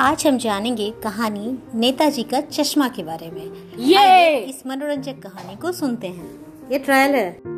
आज हम जानेंगे कहानी नेताजी का चश्मा के बारे में ये इस मनोरंजक कहानी को सुनते हैं ये ट्रायल है